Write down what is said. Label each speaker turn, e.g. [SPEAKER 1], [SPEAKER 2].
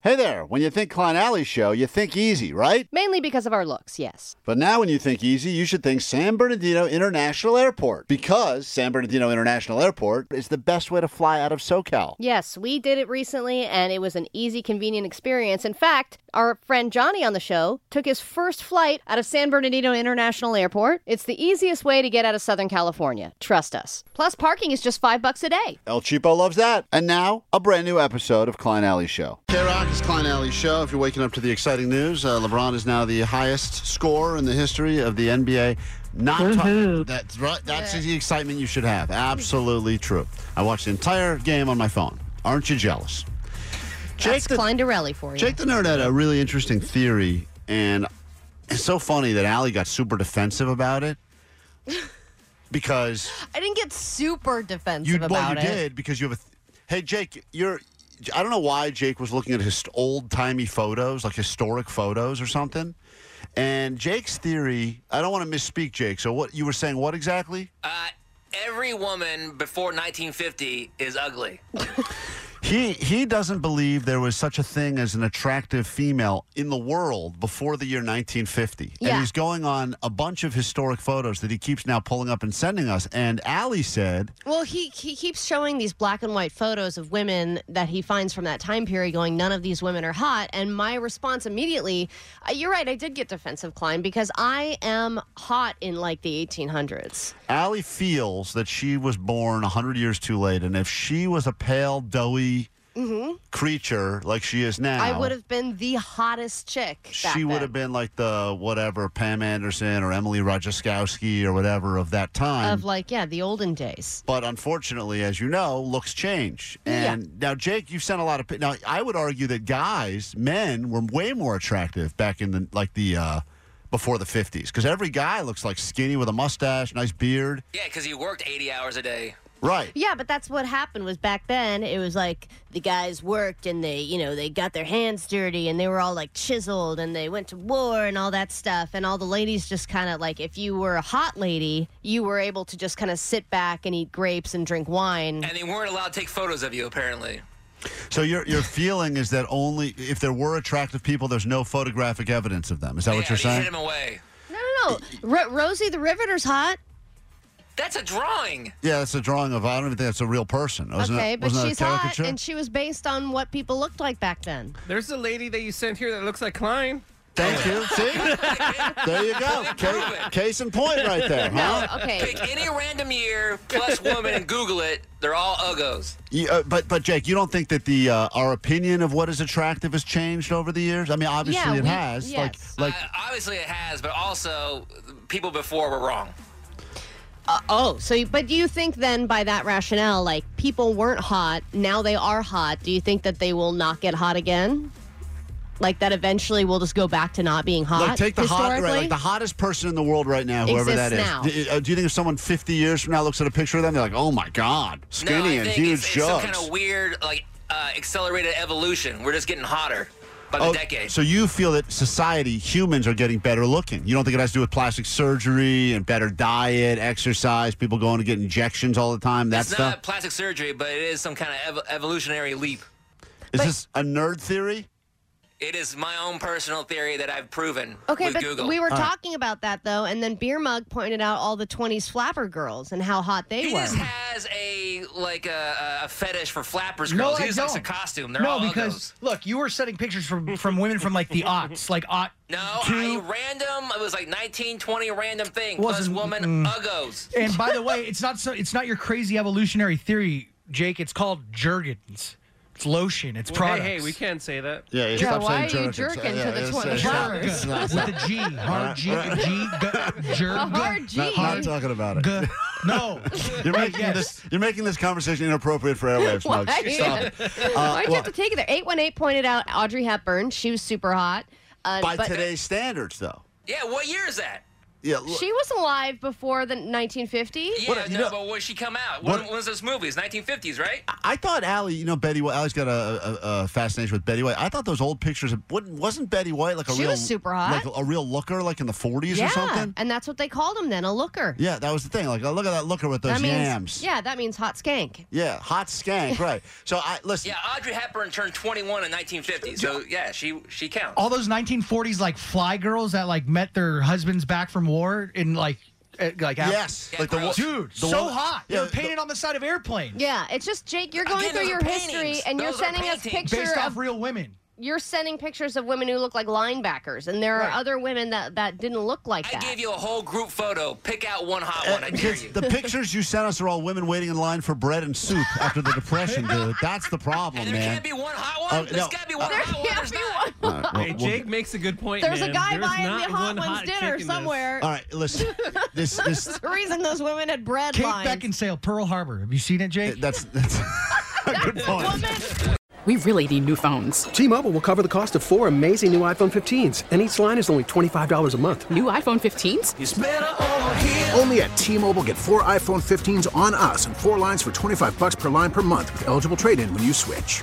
[SPEAKER 1] Hey there, when you think Klein Alley Show, you think easy, right?
[SPEAKER 2] Mainly because of our looks, yes.
[SPEAKER 1] But now, when you think easy, you should think San Bernardino International Airport because San Bernardino International Airport is the best way to fly out of SoCal.
[SPEAKER 2] Yes, we did it recently and it was an easy, convenient experience. In fact, our friend Johnny on the show took his first flight out of San Bernardino International Airport. It's the easiest way to get out of Southern California. Trust us. Plus, parking is just five bucks a day.
[SPEAKER 1] El Cheapo loves that. And now, a brand new episode of Klein Alley Show. K Rock is Klein Alley Show. If you're waking up to the exciting news, uh, LeBron is now the highest score in the history of the NBA. Not tou- that's right. That's the excitement you should have. Absolutely true. I watched the entire game on my phone. Aren't you jealous? Jake
[SPEAKER 2] That's
[SPEAKER 1] the-
[SPEAKER 2] Klein Dorelli for you.
[SPEAKER 1] Jake the Nerd had a really interesting theory, and it's so funny that Allie got super defensive about it because
[SPEAKER 2] I didn't get super defensive
[SPEAKER 1] you well you did because you have a. Th- hey Jake, you're. I don't know why Jake was looking at his old timey photos, like historic photos or something. And Jake's theory, I don't want to misspeak, Jake. So what you were saying? What exactly?
[SPEAKER 3] Uh, every woman before 1950 is ugly.
[SPEAKER 1] He he doesn't believe there was such a thing as an attractive female in the world before the year 1950. And
[SPEAKER 2] Yeah.
[SPEAKER 1] he's going on a bunch of historic photos that he keeps now pulling up and sending us. And Allie said,
[SPEAKER 4] Well, he he keeps showing these black and white photos of women that he finds from that time period, going, "None of these women are hot." And my response immediately, uh, "You're right. I did get defensive, Klein, because I am hot in like the 1800s."
[SPEAKER 1] Allie feels that she was born 100 years too late. And if she was a pale, doughy creature like she is now,
[SPEAKER 4] Mm-hmm. I would have been the hottest chick. back
[SPEAKER 1] she would
[SPEAKER 4] then.
[SPEAKER 1] have been like the whatever Pam Anderson or Emily Ratajkowski or whatever of that time.
[SPEAKER 4] of like, yeah, the olden days.
[SPEAKER 1] But unfortunately, as you know, looks change. And now, Jake, you've sent a lot of. pi- Now, I would argue that guys, men, were way more attractive back in the like the uh, before the fifties because every guy looks like skinny with a mustache, nice beard.
[SPEAKER 3] Yeah, because you worked 80 hours a day.
[SPEAKER 1] Right.
[SPEAKER 4] Yeah, but that's what happened was back then it was like the guys worked and they, you know, they got their hands dirty and they were all like chiseled and they went to war and all that stuff and all the ladies just kind of like if you were a hot lady, you were able to just kind of sit back and eat grapes and drink wine.
[SPEAKER 3] And they weren't allowed to take photos of you, apparently.
[SPEAKER 1] So your your feeling is that only if there were attractive people, there's no photographic evidence of them. Is that
[SPEAKER 3] yeah,
[SPEAKER 1] what you're
[SPEAKER 3] they
[SPEAKER 1] saying?
[SPEAKER 3] hid them away.
[SPEAKER 4] No, no, no. Ro- Rosie the Riveter's hot.
[SPEAKER 3] That's a drawing.
[SPEAKER 1] Yeah, that's a drawing of. I don't even think that's a real person. Wasn't
[SPEAKER 4] okay,
[SPEAKER 1] it,
[SPEAKER 4] but
[SPEAKER 1] wasn't
[SPEAKER 4] she's
[SPEAKER 1] that a
[SPEAKER 4] hot
[SPEAKER 1] caricature?
[SPEAKER 4] and she was based on what people looked like back then.
[SPEAKER 5] There's a lady that you sent here that looks like Klein.
[SPEAKER 1] Thank you. See, there you go.
[SPEAKER 3] Prove
[SPEAKER 1] Ca-
[SPEAKER 3] it.
[SPEAKER 1] Case in point, right there.
[SPEAKER 4] No,
[SPEAKER 1] Huh?
[SPEAKER 4] okay.
[SPEAKER 3] Pick any random year plus woman and Google it. They're all uggos.
[SPEAKER 1] You, uh, but but Jake, you don't think that the uh, our opinion of what is attractive has changed over the years? I mean, obviously
[SPEAKER 4] Yeah,
[SPEAKER 1] it
[SPEAKER 4] we-
[SPEAKER 1] has.
[SPEAKER 4] yes.
[SPEAKER 1] Like like
[SPEAKER 3] Uh, obviously, it has, but also people before were wrong.
[SPEAKER 4] Oh, so you- but do you think then by that rationale, like people weren't hot, now they are hot? Do you think that they will not get hot again? Like that eventually we'll just go back to not being hot?
[SPEAKER 1] like take the hot right,
[SPEAKER 4] Uh, historically?
[SPEAKER 1] like the hottest person in the world right now, whoever that is.
[SPEAKER 4] Exists now.
[SPEAKER 1] D- uh, Do, you think if someone 50 years from now looks at a picture of them, they're like, oh my god,
[SPEAKER 3] no,
[SPEAKER 1] skinny and
[SPEAKER 3] I think
[SPEAKER 1] huge
[SPEAKER 3] it's, it's some
[SPEAKER 1] jugs.
[SPEAKER 3] kind of weird, like uh, accelerated evolution. We're just getting hotter by the
[SPEAKER 1] Oh,
[SPEAKER 3] decade.
[SPEAKER 1] So you feel that society, humans are getting better looking. You don't think it has to do with plastic surgery and better diet, exercise, people going to get injections all the time, that
[SPEAKER 3] it's
[SPEAKER 1] stuff.
[SPEAKER 3] not plastic surgery, but it is some kind of ev- evolutionary leap.
[SPEAKER 1] is this a nerd theory?
[SPEAKER 3] It is my own personal theory that I've proven
[SPEAKER 4] Okay,
[SPEAKER 3] with
[SPEAKER 4] but
[SPEAKER 3] Google.
[SPEAKER 4] we were talking about that though, and then Beer Mug pointed out all the 20s flapper girls and how hot they
[SPEAKER 3] He
[SPEAKER 4] were.
[SPEAKER 3] just has a like a, a fetish for flappers
[SPEAKER 6] No,
[SPEAKER 3] girls.
[SPEAKER 6] I
[SPEAKER 3] he just likes a
[SPEAKER 6] don't.
[SPEAKER 3] costume. They're
[SPEAKER 6] No,
[SPEAKER 3] all
[SPEAKER 6] because look, you were sending pictures from from women from like the aughts, like aught.
[SPEAKER 3] uggos. no, I random. It was like 19, 20 random thing. Plus
[SPEAKER 6] Wasn't-
[SPEAKER 3] woman uggos.
[SPEAKER 6] And by the way, it's not so. It's not your crazy evolutionary theory, Jake. It's called Jergens. It's lotion. It's
[SPEAKER 5] Hey,
[SPEAKER 6] products.
[SPEAKER 5] hey, we can't say that.
[SPEAKER 1] Yeah, yeah,
[SPEAKER 2] Yeah,
[SPEAKER 1] stop
[SPEAKER 2] why
[SPEAKER 1] saying
[SPEAKER 2] are you
[SPEAKER 1] jerkins.
[SPEAKER 2] jerking to the
[SPEAKER 1] it's-
[SPEAKER 2] 20?
[SPEAKER 1] it's not- it's not-
[SPEAKER 6] With a G, hard G, G, g- jerg.
[SPEAKER 4] A hard G.
[SPEAKER 1] not, not talking about it.
[SPEAKER 6] g- No.
[SPEAKER 1] You're making this. You're making this conversation inappropriate for airwaves,
[SPEAKER 4] Why?
[SPEAKER 1] Muggs. Stop it.
[SPEAKER 4] Why'd you
[SPEAKER 1] well-
[SPEAKER 4] have to take it there? 818 pointed out Audrey Hepburn. She was super hot. Uh,
[SPEAKER 1] By
[SPEAKER 4] but-
[SPEAKER 1] today's standards, though.
[SPEAKER 3] Yeah, what year is that?
[SPEAKER 1] Yeah, look,
[SPEAKER 2] She was alive before the 1950.
[SPEAKER 3] Yeah,
[SPEAKER 1] What- you
[SPEAKER 3] no,
[SPEAKER 1] know-
[SPEAKER 3] but when she come out?
[SPEAKER 1] What-
[SPEAKER 3] When, when's those movies? 1950s, right?
[SPEAKER 1] I thought Allie, you know Betty White. Allie's got a, a, a fascination with Betty White. I thought those old pictures of, wouldn't- wasn't Betty White like a
[SPEAKER 4] She
[SPEAKER 1] real
[SPEAKER 4] was super hot.
[SPEAKER 1] like a real looker, like in the forties or
[SPEAKER 4] Yeah,
[SPEAKER 1] something.
[SPEAKER 4] and that's what they called him then, a looker.
[SPEAKER 1] Yeah, that was the thing. Like, oh, look at that looker with those
[SPEAKER 4] that means
[SPEAKER 1] yams.
[SPEAKER 4] yeah, that means hot skank.
[SPEAKER 1] Yeah, hot skank, right? So I listen.
[SPEAKER 3] Yeah, Audrey Hepburn turned 21 in 1950, so yeah, she she counts.
[SPEAKER 6] all those 1940s like fly girls that like met their husbands back from war in like eh, like af-
[SPEAKER 1] Yes,
[SPEAKER 3] Yeah,
[SPEAKER 1] like the
[SPEAKER 3] gross.
[SPEAKER 1] one-
[SPEAKER 6] dude
[SPEAKER 1] the
[SPEAKER 6] so
[SPEAKER 1] one-
[SPEAKER 6] hot they
[SPEAKER 1] yeah,
[SPEAKER 6] were painted on the side of airplanes
[SPEAKER 2] Yeah, it's just Jake. You're going
[SPEAKER 3] Again,
[SPEAKER 2] through
[SPEAKER 3] those
[SPEAKER 2] your
[SPEAKER 3] are
[SPEAKER 2] history,
[SPEAKER 3] paintings.
[SPEAKER 2] and you're
[SPEAKER 3] Those are
[SPEAKER 2] sending us
[SPEAKER 3] paintings.
[SPEAKER 2] pictures
[SPEAKER 6] based
[SPEAKER 2] of
[SPEAKER 6] off real women
[SPEAKER 2] you're sending pictures of women who look like linebackers, and there are
[SPEAKER 6] Right.
[SPEAKER 2] other women that that didn't look like
[SPEAKER 3] I
[SPEAKER 2] that.
[SPEAKER 3] gave you a whole group photo. Pick out one hot one. I dare
[SPEAKER 1] because
[SPEAKER 3] you.
[SPEAKER 1] the pictures you sent us are all women waiting in line for bread and soup after the depression, dude. That's the problem,
[SPEAKER 3] and there
[SPEAKER 1] man.
[SPEAKER 3] can't be one hot one.
[SPEAKER 1] Oh,
[SPEAKER 3] There's
[SPEAKER 1] no.
[SPEAKER 3] gotta be one
[SPEAKER 2] there
[SPEAKER 3] hot one.
[SPEAKER 2] can't
[SPEAKER 3] There's
[SPEAKER 2] be
[SPEAKER 3] not.
[SPEAKER 2] one.
[SPEAKER 1] All right, well,
[SPEAKER 5] Hey,
[SPEAKER 1] we'll-
[SPEAKER 5] Jake makes a good point.
[SPEAKER 2] There's a
[SPEAKER 5] man.
[SPEAKER 2] guy
[SPEAKER 5] There's
[SPEAKER 2] buying
[SPEAKER 5] not
[SPEAKER 2] the hot
[SPEAKER 5] one
[SPEAKER 2] ones
[SPEAKER 5] hot chick
[SPEAKER 2] dinner
[SPEAKER 5] in this.
[SPEAKER 2] somewhere.
[SPEAKER 1] all right, listen. This this
[SPEAKER 4] The reason those women had bread
[SPEAKER 6] kate
[SPEAKER 4] lines.
[SPEAKER 6] beckinsale pearl harbor have you seen it jake
[SPEAKER 1] that's that's a good point.
[SPEAKER 7] We really need new phones.
[SPEAKER 8] T-Mobile will cover the cost of four amazing new iPhone 15s, and each line is only $25 a month.
[SPEAKER 7] New iPhone 15s?
[SPEAKER 9] Only at T-Mobile get four iPhone 15s on us and four lines for 25 bucks per line per month with eligible trade-in when you switch.